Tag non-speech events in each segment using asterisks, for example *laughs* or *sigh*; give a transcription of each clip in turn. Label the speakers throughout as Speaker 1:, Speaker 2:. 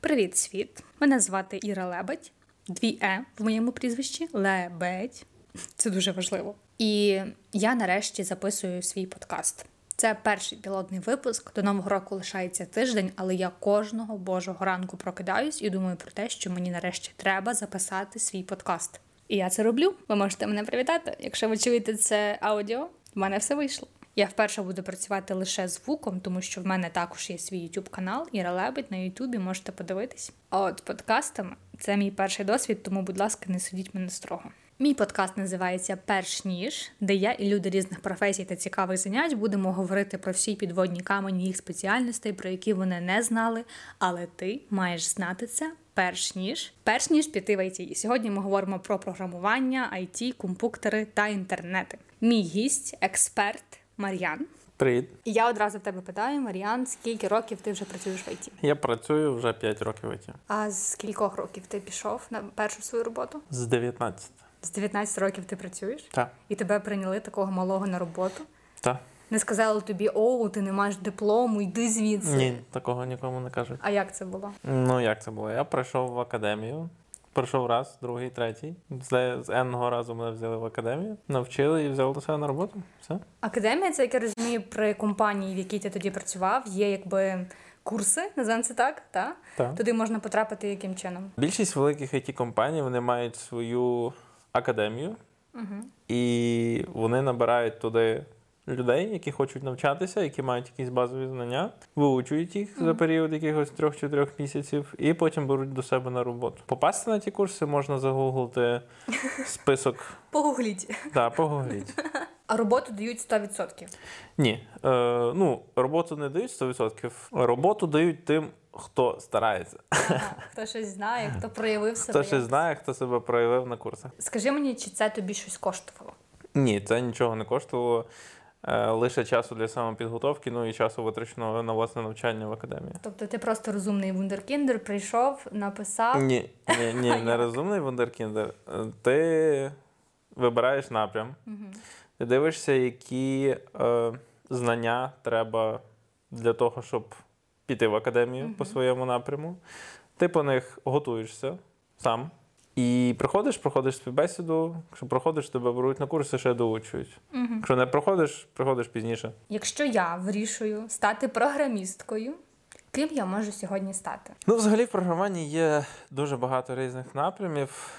Speaker 1: Привіт, світ! Мене звати Іра Лебедь. Дві Е в моєму прізвищі Лебедь. Це дуже важливо. І я нарешті записую свій подкаст. Це перший пілотний випуск. До нового року лишається тиждень, але я кожного божого ранку прокидаюсь і думаю про те, що мені нарешті треба записати свій подкаст. І я це роблю. Ви можете мене привітати. Якщо ви чуєте це аудіо, в мене все вийшло. Я вперше буду працювати лише звуком, тому що в мене також є свій YouTube канал Іра Лебедь на Ютубі, можете подивитись. А от подкастами це мій перший досвід, тому, будь ласка, не судіть мене строго. Мій подкаст називається Перш ніж, де я і люди різних професій та цікавих занять будемо говорити про всі підводні камені їх спеціальностей, про які вони не знали. Але ти маєш знати це перш ніж перш ніж піти в IT. І сьогодні ми говоримо про програмування, IT, компуктери та інтернети. Мій гість, експерт Мар'ян.
Speaker 2: Привіт.
Speaker 1: І я одразу в тебе питаю, Мар'ян, скільки років ти вже працюєш в IT?
Speaker 2: Я працюю вже 5 років в ІТ.
Speaker 1: А з кількох років ти пішов на першу свою роботу?
Speaker 2: З 19.
Speaker 1: З 19 років ти працюєш?
Speaker 2: Та.
Speaker 1: І тебе прийняли такого малого на роботу.
Speaker 2: Та.
Speaker 1: Не сказали тобі, о, ти не маєш диплому, йди звідси.
Speaker 2: Ні, такого нікому не кажуть.
Speaker 1: А як це було?
Speaker 2: Ну, як це було? Я прийшов в академію. Прийшов раз, другий, третій. З, з енного разу мене взяли в академію, навчили і взяли до себе на роботу. Все.
Speaker 1: Академія, це як я розумію, при компанії, в якій ти тоді працював, є якби курси, називаємо це так, та?
Speaker 2: Так.
Speaker 1: Туди можна потрапити яким чином?
Speaker 2: Більшість великих it компаній вони мають свою академію, і вони набирають туди людей, які хочуть навчатися, які мають якісь базові знання, виучують їх за період якихось 3-4 місяців, і потім беруть до себе на роботу. Попасти на ті курси можна загуглити список
Speaker 1: Погугліть.
Speaker 2: та погугліть.
Speaker 1: А роботу дають 100%.
Speaker 2: Ні, е, ну роботу не дають 100%, роботу дають тим, хто старається,
Speaker 1: Ага,
Speaker 2: *laughs*
Speaker 1: хто щось знає, хто проявив себе.
Speaker 2: хто ще
Speaker 1: як.
Speaker 2: знає, хто себе проявив на курсах.
Speaker 1: Скажи мені, чи це тобі щось коштувало?
Speaker 2: Ні, це нічого не коштувало. е, Лише часу для самопідготовки, ну і часу витраченого на власне навчання в академії.
Speaker 1: Тобто ти просто розумний вундеркіндер, прийшов, написав.
Speaker 2: Ні, ні, ні, нерозумний вундеркіндер. Е, Ти вибираєш напрям, ти дивишся, які е, знання треба для того, щоб піти в академію по своєму напряму. Ти по них готуєшся сам. І приходиш, проходиш співбесіду. Якщо проходиш, тебе беруть на курси, ще доучують. Якщо не проходиш, приходиш пізніше.
Speaker 1: Якщо я вирішую стати програмісткою, ким я можу сьогодні стати?
Speaker 2: Ну, взагалі, в програмуванні є дуже багато різних напрямів.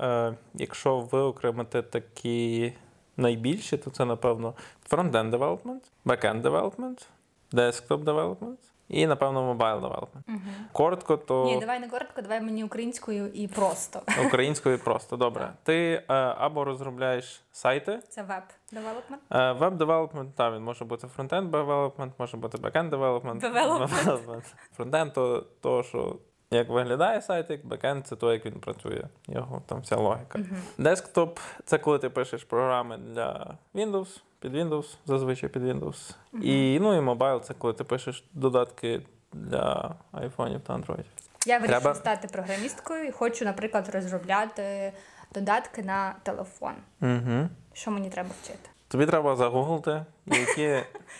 Speaker 2: Е, якщо виокремити такі найбільші, то це, напевно, front-end development, back-end development, desktop development і, напевно, mobile development. Коротко, то
Speaker 1: Ні, давай не коротко, давай мені українською і просто. *laughs*
Speaker 2: українською просто. Добре. Ти е, або розробляєш сайти,
Speaker 1: Це веб девелопмент.
Speaker 2: Е, Веб-девелопмент, так, він може бути фронтенд девелопмент, може бути бекенд девелопмент.
Speaker 1: Development.
Speaker 2: *laughs* Фронтенд то, то, що як виглядає сайтик, бекенд це то, як він працює. Його там вся логіка. Десктоп це коли ти пишеш програми для Windows, під Windows, зазвичай під Windows. І ну і мобайл це коли ти пишеш додатки для айфонів та андроїдів.
Speaker 1: Я вирішую
Speaker 2: Треба-
Speaker 1: стати програмісткою і хочу, наприклад, розробляти додатки на телефон.
Speaker 2: Угу.
Speaker 1: Що мені треба вчити?
Speaker 2: Тобі треба загуглити, які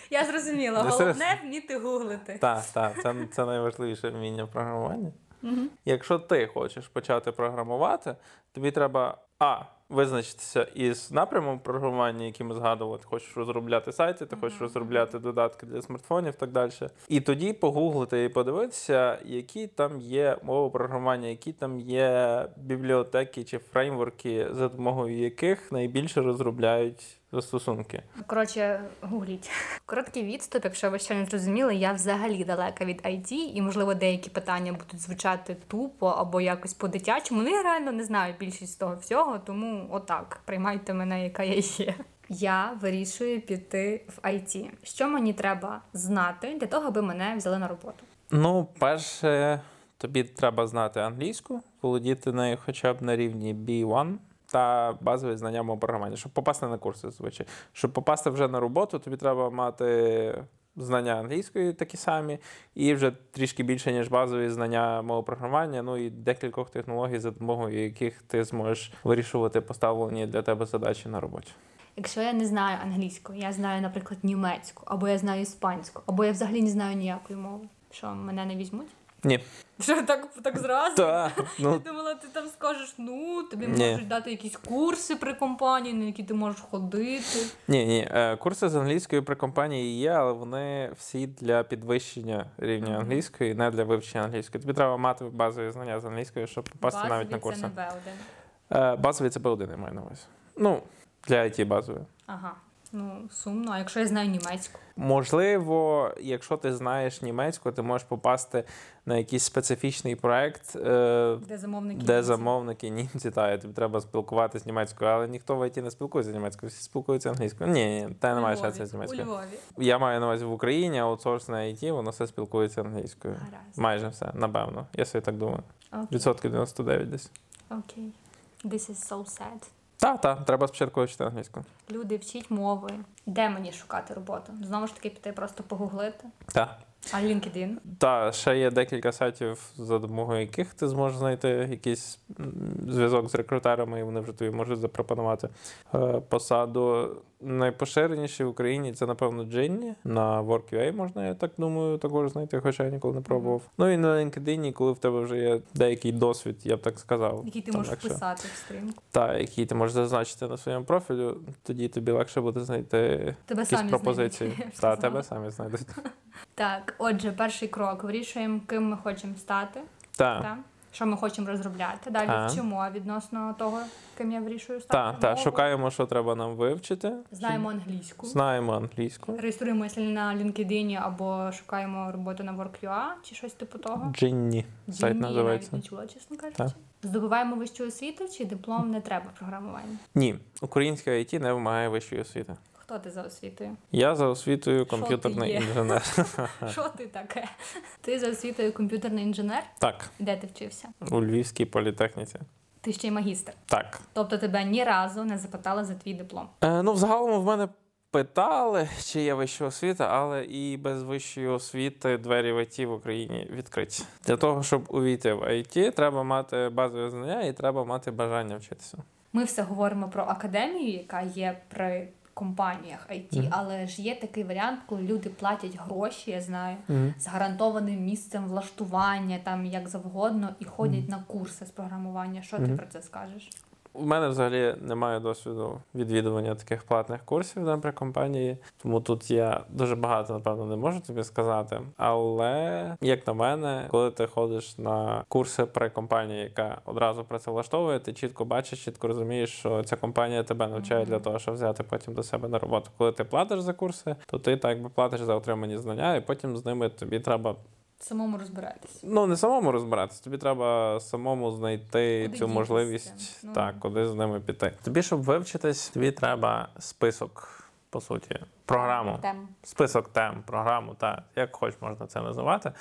Speaker 1: Я зрозуміла,
Speaker 2: Ну, серйозно.
Speaker 1: головне вміти *laughs* гуглити.
Speaker 2: Так, так, це, це найважливіше вміння програмування. Якщо ти хочеш почати програмувати, тобі треба а. Визначитися із напрямом програмування, який ми згадували, ти хочеш розробляти сайти, ти хочеш розробляти додатки для смартфонів і так далі. І тоді погуглити і подивитися, які там є мови програмування, які там є бібліотеки чи фреймворки, за допомогою яких найбільше розробляють застосунки.
Speaker 1: Коротше, гугліть. Короткий відступ, якщо ви ще не зрозуміли, я взагалі далека від IT, і можливо деякі питання будуть звучати тупо або якось по-дитячому. Ну, я реально не знаю більшість того всього, тому отак приймайте мене, яка я є. Я вирішую піти в IT. Що мені треба знати для того, аби мене взяли на роботу?
Speaker 2: Ну, перше, тобі треба знати англійську, володіти нею хоча б на рівні B1 та базові знання мого програмування, щоб попасти на курси звичайно. Щоб попасти вже на роботу, тобі треба мати знання англійської такі самі, і вже трішки більше, ніж базові знання мого програмування, ну і декількох технологій, за допомогою яких ти зможеш вирішувати поставлені для тебе задачі на роботі.
Speaker 1: Якщо я не знаю англійську, я знаю, наприклад, німецьку, або я знаю іспанську, або я взагалі не знаю ніякої мови. Що мене не візьмуть?
Speaker 2: Ні.
Speaker 1: Що так, так зразу?
Speaker 2: Так,
Speaker 1: Я
Speaker 2: ну
Speaker 1: думала, ти там скажеш, ну тобі
Speaker 2: Ні.
Speaker 1: можуть дати якісь курси при компанії, на які ти можеш ходити.
Speaker 2: ні, ні. Е, Курси з англійської при компанії є, але вони всі для підвищення рівня англійської, не для вивчення англійської. Тобі треба мати базові знання з англійської, щоб попасти
Speaker 1: Базові
Speaker 2: навіть на
Speaker 1: це
Speaker 2: курси.
Speaker 1: не велден.
Speaker 2: Е, Базові це B1, я маю на увазі. Ну, для IT базові.
Speaker 1: Ага. Ну, сумно, а якщо я знаю німецьку.
Speaker 2: Можливо, якщо ти знаєш німецьку, ти можеш попасти на якийсь специфічний проект, е,
Speaker 1: Де замовники?
Speaker 2: де
Speaker 1: німці.
Speaker 2: замовники німці, та і тобі треба спілкуватися німецькою, але ніхто в IT не спілкується німецькою, всі спілкуються англійською. Ні, ні, та
Speaker 1: У
Speaker 2: немає
Speaker 1: Львові,
Speaker 2: шансів з
Speaker 1: У
Speaker 2: німецькою.
Speaker 1: Львові.
Speaker 2: Я маю на увазі в Україні аутсорсне IT, воно все спілкується англійською.
Speaker 1: Гаразд.
Speaker 2: Майже все, напевно. Я собі так думаю.
Speaker 1: Окей.
Speaker 2: Відсотки 99 десь.
Speaker 1: Окей. This is so sad.
Speaker 2: Та, та, треба спочатку вчити англійську.
Speaker 1: Люди вчіть мови. Де мені шукати роботу? Знову ж таки, піти просто погуглити.
Speaker 2: Та.
Speaker 1: А LinkedIn?
Speaker 2: Та, ще є декілька сайтів, за допомогою яких ти зможеш знайти якийсь м, зв'язок з рекрутерами, і вони вже тобі можуть запропонувати е, посаду. Найпоширеніші в Україні це, напевно, Джинні. На WorkUA можна, я так думаю, також знайти, хоча я ніколи не пробував. Ну і на LinkedIn, коли в тебе вже є деякий досвід, я б так сказав.
Speaker 1: Який ти
Speaker 2: там
Speaker 1: можеш
Speaker 2: легше.
Speaker 1: вписати в стрімку?
Speaker 2: Та, який ти можеш зазначити на своєму профілю, тоді тобі легше буде знайти
Speaker 1: Тебе
Speaker 2: якісь
Speaker 1: самі
Speaker 2: пропозиції.
Speaker 1: знайдуть. Я б
Speaker 2: Та,
Speaker 1: сказала.
Speaker 2: тебе самі знайдуть.
Speaker 1: Так, отже, перший крок. Вирішуємо, ким ми хочемо стати,
Speaker 2: Та,
Speaker 1: та? що ми хочемо розробляти. Далі
Speaker 2: Так.
Speaker 1: вчимо відносно того, ким я вирішую
Speaker 2: та,
Speaker 1: стати.
Speaker 2: та,
Speaker 1: мову.
Speaker 2: шукаємо, що треба нам вивчити.
Speaker 1: Знаємо англійську.
Speaker 2: Знаємо
Speaker 1: Е,
Speaker 2: англійську.
Speaker 1: Реєструємося на LinkedIn або шукаємо роботу на Work.ua чи щось типу того.
Speaker 2: Джинні.
Speaker 1: Джинні, я
Speaker 2: Сайт
Speaker 1: навіть
Speaker 2: називається.
Speaker 1: не чула, чесно кажучи.
Speaker 2: Так.
Speaker 1: Здобуваємо вищу освіту чи диплом не треба в програмуванні?
Speaker 2: Ні, українська IT не вимагає вищої освіти.
Speaker 1: Хто ти за освітою?
Speaker 2: Я за
Speaker 1: Що
Speaker 2: освітою
Speaker 1: ти
Speaker 2: комп'ютерний
Speaker 1: є? *laughs*
Speaker 2: інженер.
Speaker 1: Що ти таке? Ти за освітою комп'ютерний інженер?
Speaker 2: Так,
Speaker 1: Де ти вчився?
Speaker 2: у Львівській політехніці.
Speaker 1: Ти ще й магістр.
Speaker 2: Так.
Speaker 1: Тобто тебе ні разу не запитали за твій диплом.
Speaker 2: Е, ну, взагалом в мене питали, чи є вища освіта, але і без вищої освіти двері в IT в Україні відкриті. Для того, щоб увійти в IT, треба мати базові знання і треба мати бажання вчитися.
Speaker 1: Ми все говоримо про академію, яка є при компаніях IT, але ж є такий варіант, коли люди платять гроші, я знаю, з гарантованим місцем влаштування, там як завгодно, і ходять на курси з програмування. Що ти про це скажеш?
Speaker 2: У мене взагалі немає досвіду відвідування таких платних курсів на при компанії, тому тут я дуже багато напевно не можу тобі сказати. Але як на мене, коли ти ходиш на курси при компанії, яка одразу працевлаштовує, ти чітко бачиш, чітко розумієш, що ця компанія тебе навчає для того, щоб взяти потім до себе на роботу. Коли ти платиш за курси, то ти так би платиш за отримані знання, і потім з ними тобі треба
Speaker 1: Самому розбирайтеся.
Speaker 2: Ну, не самому розбиратися, тобі треба самому знайти
Speaker 1: Куди
Speaker 2: цю
Speaker 1: дітись,
Speaker 2: можливість,
Speaker 1: так, ну.
Speaker 2: так, куди з ними піти. Тобі, щоб вивчитись, тобі треба список, по суті, програму.
Speaker 1: Тем.
Speaker 2: Список тем, програму, та як хоч можна це називати.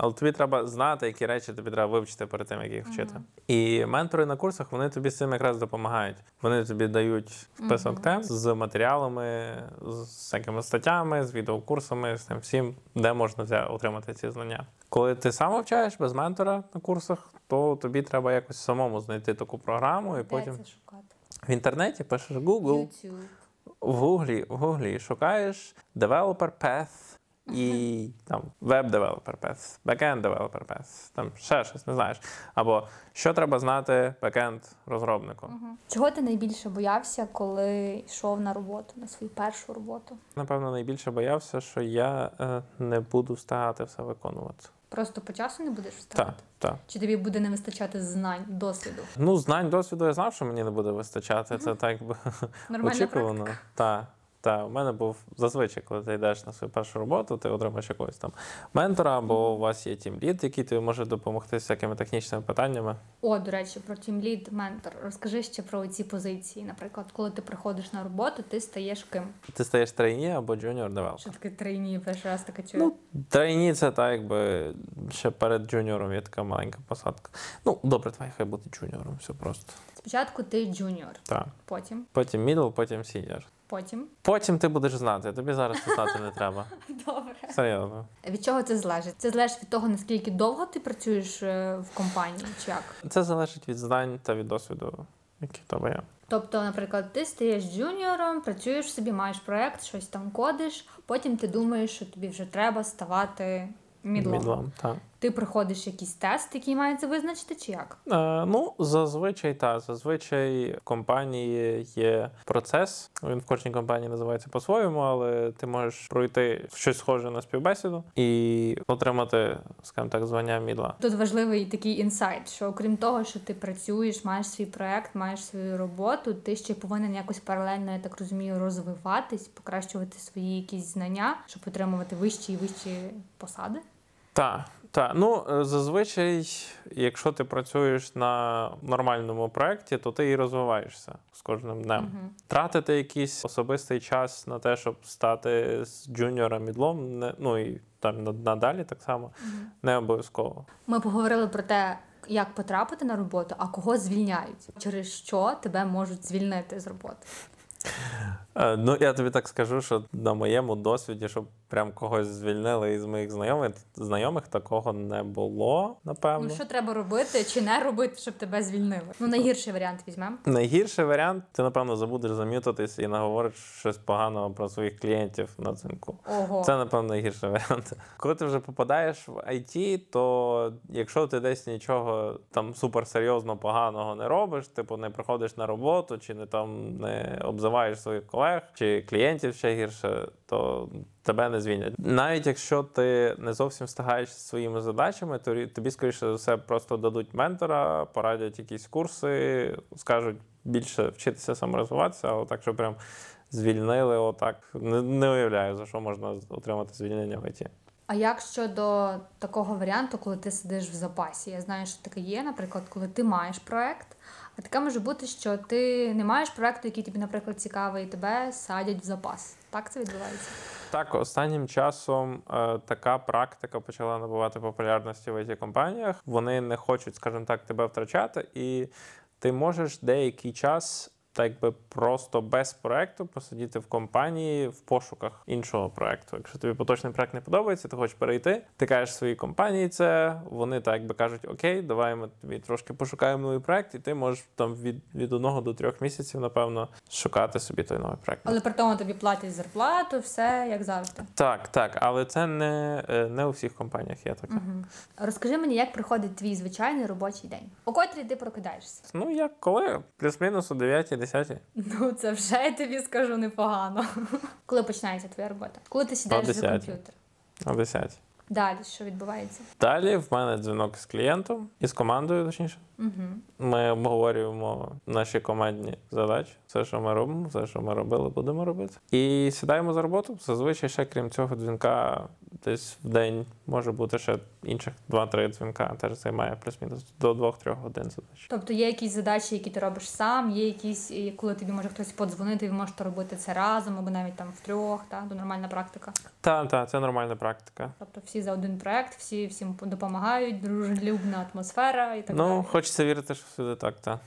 Speaker 2: Але тобі треба знати, які речі тобі треба вивчити перед тим, як їх вчити. І ментори на курсах вони тобі з цим якраз допомагають. Вони тобі дають список тем з матеріалами, з всякими статтями, з відеокурсами, з тим всім, де можна взя- отримати ці знання. Коли ти сам вивчаєш без ментора на курсах, то тобі треба якось самому знайти таку програму, Ну, і
Speaker 1: Де
Speaker 2: потім
Speaker 1: це шукати?
Speaker 2: в інтернеті пишеш Google,
Speaker 1: YouTube.
Speaker 2: в гуглі, в гуглі шукаєш developer path і там web developer path, backend developer path, там ще щось не знаєш. Або що треба знати backend розробнику.
Speaker 1: Чого ти найбільше боявся, коли йшов на роботу, на свою першу роботу?
Speaker 2: Напевно, найбільше боявся, що я е, не буду встигати все виконувати.
Speaker 1: Просто по часу не будеш вставати?
Speaker 2: Так, так.
Speaker 1: Чи тобі буде не вистачати знань, досвіду?
Speaker 2: Ну, знань досвіду я знав, що мені не буде вистачати. Це так би
Speaker 1: Нормальна
Speaker 2: очікувано. Та, та, у мене був зазвичай, коли ти йдеш на свою першу роботу, ти отримаєш якогось там ментора, або у вас є тімлід, який тобі може допомогти з всякими технічними питаннями.
Speaker 1: О, до речі, про тімлід ментор. Розкажи ще про ці позиції. Наприклад, коли ти приходиш на роботу, ти стаєш ким?
Speaker 2: Ти стаєш трейні або джуніор девелопер.
Speaker 1: Що таке трейні, перший раз таке чую.
Speaker 2: Ну, трейні це так, якби ще перед джуніором є така маленька посадка. Ну, добре, твай хай бути джуніором, все просто.
Speaker 1: Спочатку ти джуніор,
Speaker 2: Так.
Speaker 1: потім,
Speaker 2: Потім мідл, потім сіньор.
Speaker 1: потім.
Speaker 2: Потім ти будеш знати, тобі зараз це знати
Speaker 1: *laughs*
Speaker 2: не треба.
Speaker 1: Добре.
Speaker 2: Серйозно.
Speaker 1: Від чого це залежить? Це залежить від того, наскільки довго ти працюєш е, в компанії, чи як?
Speaker 2: Це залежить від знань та від досвіду, який в тебе є.
Speaker 1: Тобто, наприклад, ти стаєш джуніором, працюєш собі, маєш проект, щось там кодиш, потім ти думаєш, що тобі вже треба ставати мідлом.
Speaker 2: Так.
Speaker 1: Ти проходиш якийсь тест, який мається визначити, чи як?
Speaker 2: Е, ну, зазвичай так. Зазвичай в компанії є процес. Він в кожній компанії називається по-своєму, але ти можеш пройти щось схоже на співбесіду і отримати, скажімо так, звання мідла.
Speaker 1: Тут важливий такий інсайт, що окрім того, що ти працюєш, маєш свій проект, маєш свою роботу, ти ще повинен якось паралельно, я так розумію, розвиватись, покращувати свої якісь знання, щоб отримувати вищі і вищі посади.
Speaker 2: Так, так. Ну е, зазвичай, якщо ти працюєш на нормальному проєкті, то ти і розвиваєшся з кожним днем. Тратити якийсь особистий час на те, щоб стати з джуніора мідлом, не ну і там над- надалі так само не обов'язково.
Speaker 1: Ми поговорили про те, як потрапити на роботу, а кого звільняють, через що тебе можуть звільнити з роботи. Ну,
Speaker 2: Е, Ну я тобі так скажу, що на моєму досвіді, щоб прям когось звільнили із моїх знайомих, знайомих такого не було, напевно.
Speaker 1: Ну що треба робити чи не робити, щоб тебе звільнили? Ну найгірший варіант візьмемо.
Speaker 2: Найгірший варіант, ти напевно забудеш зам'ютатись і наговориш щось поганого про своїх клієнтів на цинку.
Speaker 1: Ого,
Speaker 2: Це, напевно, найгірший варіант. Коли ти вже попадаєш в IT, то якщо ти десь нічого там суперсерйозно поганого не робиш, типу не приходиш на роботу, чи не там не обзиваєш своїх колег, чи клієнтів ще гірше, то тебе не звільнять. Навіть якщо ти не зовсім встигаєш зі своїми задачами, то рі- тобі скоріше за все просто дадуть ментора, порадять якісь курси, скажуть більше вчитися саморозвиватися, але так, що прям звільнили отак. Не, не уявляю, за що можна з- отримати звільнення в ІТ.
Speaker 1: а як щодо такого варіанту, коли ти сидиш в запасі? Я знаю, що таке є, наприклад, коли ти маєш проект, а таке може бути, що ти не маєш проекту, який тобі, наприклад, цікавий, і тебе садять в запас. Так це відбувається.
Speaker 2: Так, останнім часом е, така практика почала набувати популярності в it компаніях. Вони не хочуть, скажімо так, тебе втрачати, і ти можеш деякий час. Так би просто без проекту посидіти в компанії в пошуках іншого проекту. Якщо тобі поточний проект не подобається, ти хочеш перейти, ти кажеш своїй компанії це. Вони так би кажуть: Окей, давай ми тобі трошки пошукаємо новий проект, і ти можеш там від, від одного до трьох місяців, напевно, шукати собі той новий проект.
Speaker 1: Але при тому тобі платять зарплату, все як завжди.
Speaker 2: Так, так, але це не, е, не у всіх компаніях є таке.
Speaker 1: Розкажи мені, як проходить твій звичайний робочий день. О котрій ти прокидаєшся?
Speaker 2: Ну, як коли? Плюс-мінус о 9-10.
Speaker 1: Ну це вже я тобі скажу непогано. Коли починається твоя робота? Коли ти сідаєш за
Speaker 2: 10-й.
Speaker 1: комп'ютер?
Speaker 2: О 10.
Speaker 1: Далі що відбувається?
Speaker 2: Далі в мене дзвінок з клієнтом і з командою, точніше.
Speaker 1: Угу.
Speaker 2: Ми обговорюємо наші командні задачі, все, що ми робимо, все, що ми робили, будемо робити. І сідаємо за роботу. Зазвичай ще крім цього дзвінка, десь в день може бути ще інших 2-3 дзвінка, теж займає плюс-мінус до 2-3 годин задачі.
Speaker 1: Тобто є якісь задачі, які ти робиш сам, є якісь, і коли тобі може хтось подзвонити, і ви можете робити це разом, або навіть там втрьох, та то нормальна практика.
Speaker 2: Та, та, це нормальна практика.
Speaker 1: Тобто всі за один проект, всі всім допомагають, дружелюбна атмосфера і так
Speaker 2: Ну,
Speaker 1: далі.
Speaker 2: хочеться вірити, що всюди так, так.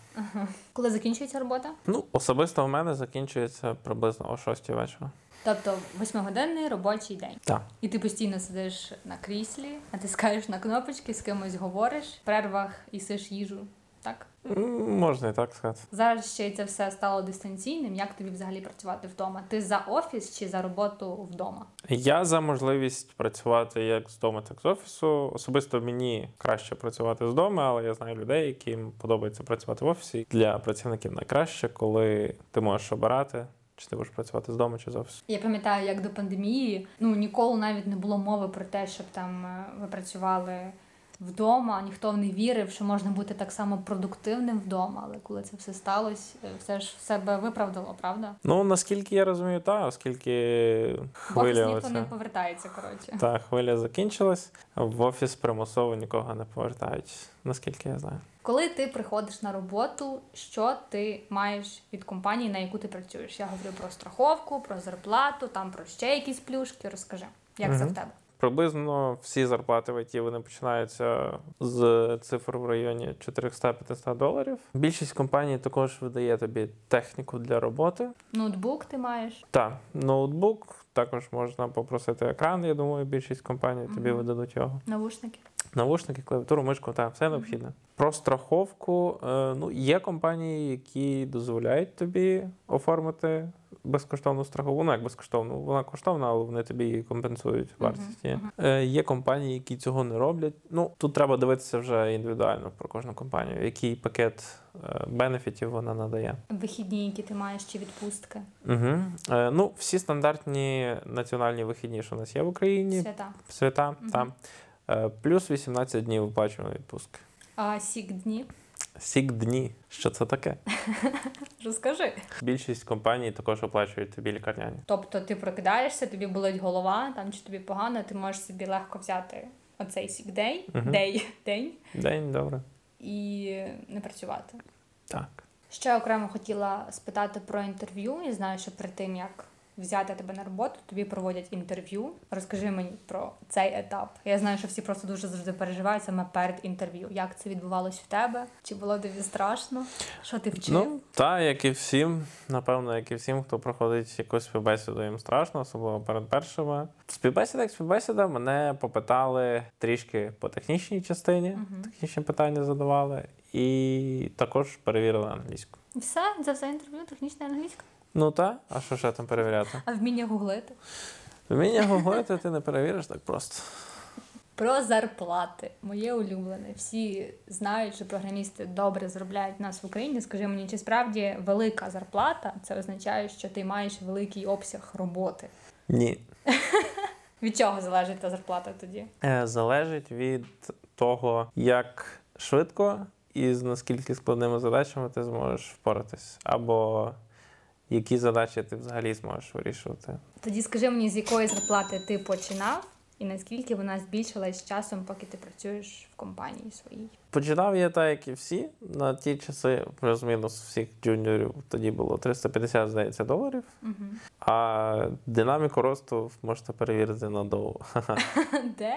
Speaker 1: Коли закінчується робота?
Speaker 2: Ну, особисто в мене закінчується приблизно о 6 вечора.
Speaker 1: Тобто восьмигодинний робочий день.
Speaker 2: Так.
Speaker 1: І ти постійно сидиш на кріслі, натискаєш на кнопочки, з кимось говориш, в перервах їсиш їжу. Так
Speaker 2: М, Можна і так сказати.
Speaker 1: зараз ще й це все стало дистанційним. Як тобі взагалі працювати вдома? Ти за офіс чи за роботу вдома?
Speaker 2: Я за можливість працювати як з дому, так з офісу. Особисто мені краще працювати з дому, але я знаю людей, яким подобається працювати в офісі. Для працівників найкраще, коли ти можеш обирати, чи ти будеш працювати з дому, чи з офісу.
Speaker 1: Я пам'ятаю, як до пандемії ну ніколи навіть не було мови про те, щоб там е, ви працювали вдома. Ніхто не вірив, що можна бути так само продуктивним вдома. Але коли це все сталося, е, все ж себе виправдало, правда?
Speaker 2: Ну наскільки я розумію, та оскільки
Speaker 1: В офіс
Speaker 2: хвиля
Speaker 1: ніхто не
Speaker 2: оця,
Speaker 1: повертається. Коротше,
Speaker 2: та хвиля закінчилась, в офіс примусово нікого не повертають, наскільки я знаю.
Speaker 1: коли ти приходиш на роботу, що ти маєш від компанії, на яку ти працюєш? Я говорю про страховку, про зарплату, там про ще якісь плюшки. Розкажи, як це в
Speaker 2: Мгм.
Speaker 1: тебе?
Speaker 2: Приблизно всі зарплати в ІТ вони починаються з цифр в районі 400-500 доларів. Більшість компаній також видає тобі техніку для роботи.
Speaker 1: Ноутбук ти маєш?
Speaker 2: Та ноутбук також можна попросити екран. Я думаю, більшість компаній тобі
Speaker 1: Мгм.
Speaker 2: видадуть його.
Speaker 1: Навушники.
Speaker 2: Навушники, клавіатуру, мишку та все необхідне. Про страховку. е, Ну є компанії, які дозволяють тобі оформити безкоштовну страхову, ну як безкоштовну, вона коштовна, але вони тобі її компенсують вартість. її. Е, Є компанії, які цього не роблять. Ну тут треба дивитися вже індивідуально про кожну компанію, який пакет е, бенефітів вона надає.
Speaker 1: Вихідні, які ти маєш чи відпустки,
Speaker 2: Угу. Е, ну, всі стандартні національні вихідні, що в нас є в Україні,
Speaker 1: свята.
Speaker 2: свята там. Е, плюс 18 днів виплачуваної відпустки.
Speaker 1: А сік дні.
Speaker 2: Сік дні. Що це таке? *laughs*
Speaker 1: Розкажи.
Speaker 2: Більшість компаній також оплачують тобі лікарняні.
Speaker 1: Тобто ти прокидаєшся, тобі болить голова, там чи тобі погано, ти можеш собі легко взяти оцей сікдей,
Speaker 2: Мгм.
Speaker 1: дей, день
Speaker 2: День добре.
Speaker 1: і не працювати.
Speaker 2: Так.
Speaker 1: Ще окремо хотіла спитати про інтерв'ю. Я знаю, що перед тим як взяти тебе на роботу, тобі проводять інтерв'ю. Розкажи мені про цей етап. Я знаю, що всі просто дуже завжди переживають саме перед інтерв'ю. Як це відбувалось в тебе? Чи було тобі страшно? Що ти вчив?
Speaker 2: Ну, та, як і всім, напевно, як і всім, хто проходить якусь співбесіду, їм страшно, особливо перед першими. Співбесіда, як співбесіда, мене попитали трішки по технічній частині, технічні питання задавали, і також перевірили англійську.
Speaker 1: І Все, це все інтерв'ю, технічна англійська.
Speaker 2: Ну та, а що ще там перевіряти?
Speaker 1: А вміння гуглити.
Speaker 2: Вміння гуглити ти не перевіриш так просто.
Speaker 1: Про зарплати. Моє улюблене. Всі знають, що програмісти добре заробляють в нас в Україні. Скажи мені, чи справді велика зарплата це означає, що ти маєш великий обсяг роботи?
Speaker 2: Ні.
Speaker 1: Від чого залежить та зарплата тоді?
Speaker 2: Е, Залежить від того, як швидко і з наскільки складними задачами ти зможеш впоратись, або які задачі ти взагалі зможеш вирішувати.
Speaker 1: Тоді скажи мені, з якої зарплати ти починав, і наскільки вона збільшилась з часом, поки ти працюєш в компанії своїй. *laughs*
Speaker 2: Починав я так, як і всі. На ті часи, плюс-мінус всіх джуніорів, тоді було 350, здається, доларів. А динаміку росту можете перевірити на Dow. *laughs*
Speaker 1: Де?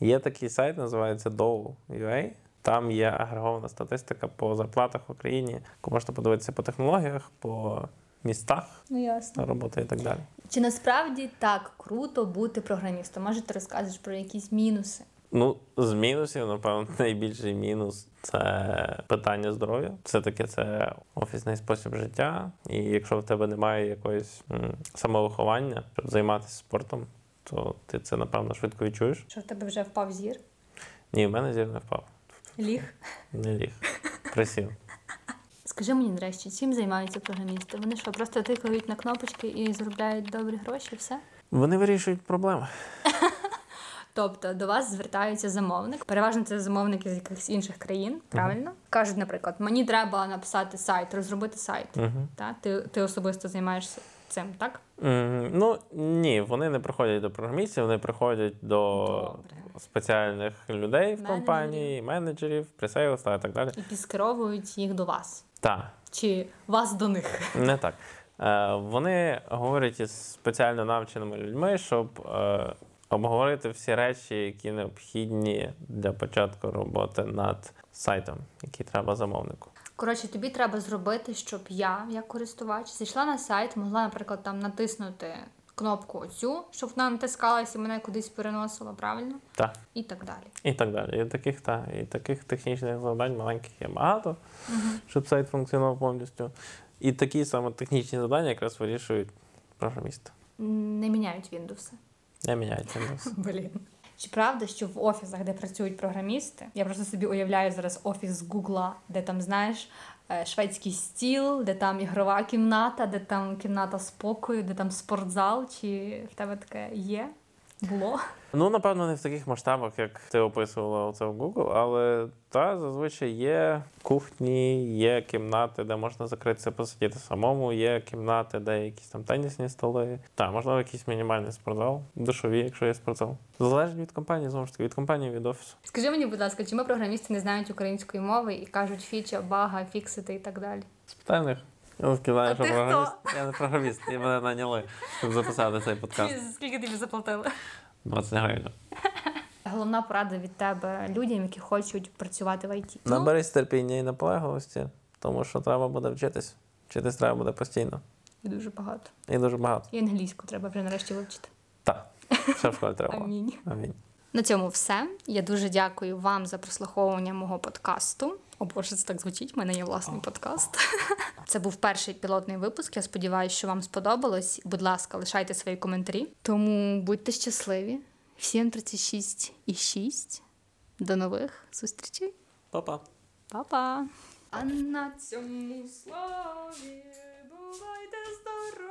Speaker 2: Є такий сайт, називається Dow.ua. Там є агрегована статистика по зарплатах в Україні, яку можна подивитися по технологіях, по містах
Speaker 1: Ну ясно.
Speaker 2: роботи і так далі.
Speaker 1: Чи насправді так круто бути програмістом? Може, ти розкажеш про якісь мінуси?
Speaker 2: Ну, з мінусів, напевно, *laughs* найбільший мінус це питання здоров'я. Все-таки це офісний спосіб життя. І якщо в тебе немає якоїсь м, самовиховання, щоб займатися спортом, то ти це напевно швидко відчуєш.
Speaker 1: Що в тебе вже впав зір?
Speaker 2: Ні, в мене зір не впав.
Speaker 1: Ліг?
Speaker 2: Не *laughs* ліг. Присів.
Speaker 1: Скажи мені нарешті, чим займаються програмісти? Вони що, просто тикають на кнопочки і заробляють добрі гроші, і все?
Speaker 2: Вони вирішують проблеми.
Speaker 1: Тобто до вас звертається замовник. Переважно це замовники з якихось інших країн, правильно? Кажуть, наприклад, мені треба написати сайт, розробити сайт.
Speaker 2: Угу.
Speaker 1: Та? Ти, ти особисто займаєшся цим, так?
Speaker 2: М, Ну ні, вони не приходять до програмістів, вони приходять до
Speaker 1: Добре.
Speaker 2: спеціальних людей в
Speaker 1: Менеджерів.
Speaker 2: компанії, менеджерів, пресейлста і так далі.
Speaker 1: І піскеровують їх до вас.
Speaker 2: Так,
Speaker 1: Чи вас до них?
Speaker 2: не так. Е, Вони говорять із спеціально навченими людьми, щоб е, обговорити всі речі, які необхідні для початку роботи над сайтом, який треба замовнику.
Speaker 1: Коротше, тобі треба зробити, щоб я, як користувач, зайшла на сайт, могла, наприклад, там натиснути кнопку оцю, щоб вона натискалась і мене кудись переносила, правильно?
Speaker 2: Так.
Speaker 1: І так далі.
Speaker 2: І так далі. І таких, та, і таких технічних завдань маленьких є багато, щоб сайт функціонував повністю. І такі саме технічні завдання якраз вирішують програмісти.
Speaker 1: Не міняють Windows.
Speaker 2: Не міняється в нас.
Speaker 1: Блін. Чи правда, що в офісах, де працюють програмісти, я просто собі уявляю зараз офіс з Гугла, де там, знаєш, е, шведський стіл, де там ігрова кімната, де там кімната спокою, де там спортзал, чи в тебе таке є? Було?
Speaker 2: Ну, напевно, не в таких масштабах, як ти описувала це в Google, але та зазвичай є кухні, є кімнати, де можна закритися, посидіти самому, є кімнати, де якісь там тенісні столи. Та, можливо, якийсь мінімальний спортзал, душові, якщо є спортзал. Залежить від компанії, знову ж таки, від компанії, від офісу.
Speaker 1: Скажи мені, будь ласка, чому програмісти не знають української мови і кажуть фіча, бага, фіксити і так далі?
Speaker 2: Спитай в них. Я вкидаю, що
Speaker 1: ти
Speaker 2: програміст. Я не програміст, і мене наняли, щоб записати цей подкаст.
Speaker 1: Скільки тобі заплатили?
Speaker 2: 20
Speaker 1: Ну?
Speaker 2: гривень.
Speaker 1: Головна порада від тебе людям, які хочуть працювати в ІТ.
Speaker 2: Наберись терпіння і наполегливості, тому що треба буде вчитись. Вчитись треба буде постійно.
Speaker 1: і дуже багато.
Speaker 2: І дуже багато.
Speaker 1: І англійську треба вже нарешті вивчити.
Speaker 2: Так, все в школі треба. було.
Speaker 1: Амінь.
Speaker 2: Амінь.
Speaker 1: На цьому все. Я дуже дякую вам за прослуховування мого подкасту. О Боже, це так звучить. У мене є власний подкаст. *laughs* Це був перший пілотний випуск. Я сподіваюся, що вам сподобалось. Будь ласка, лишайте свої коментарі. Тому будьте щасливі. Всім 36 і 6. До нових зустрічей.
Speaker 2: Па-па.
Speaker 1: Па-па! А на цьому славі бувайте здорові!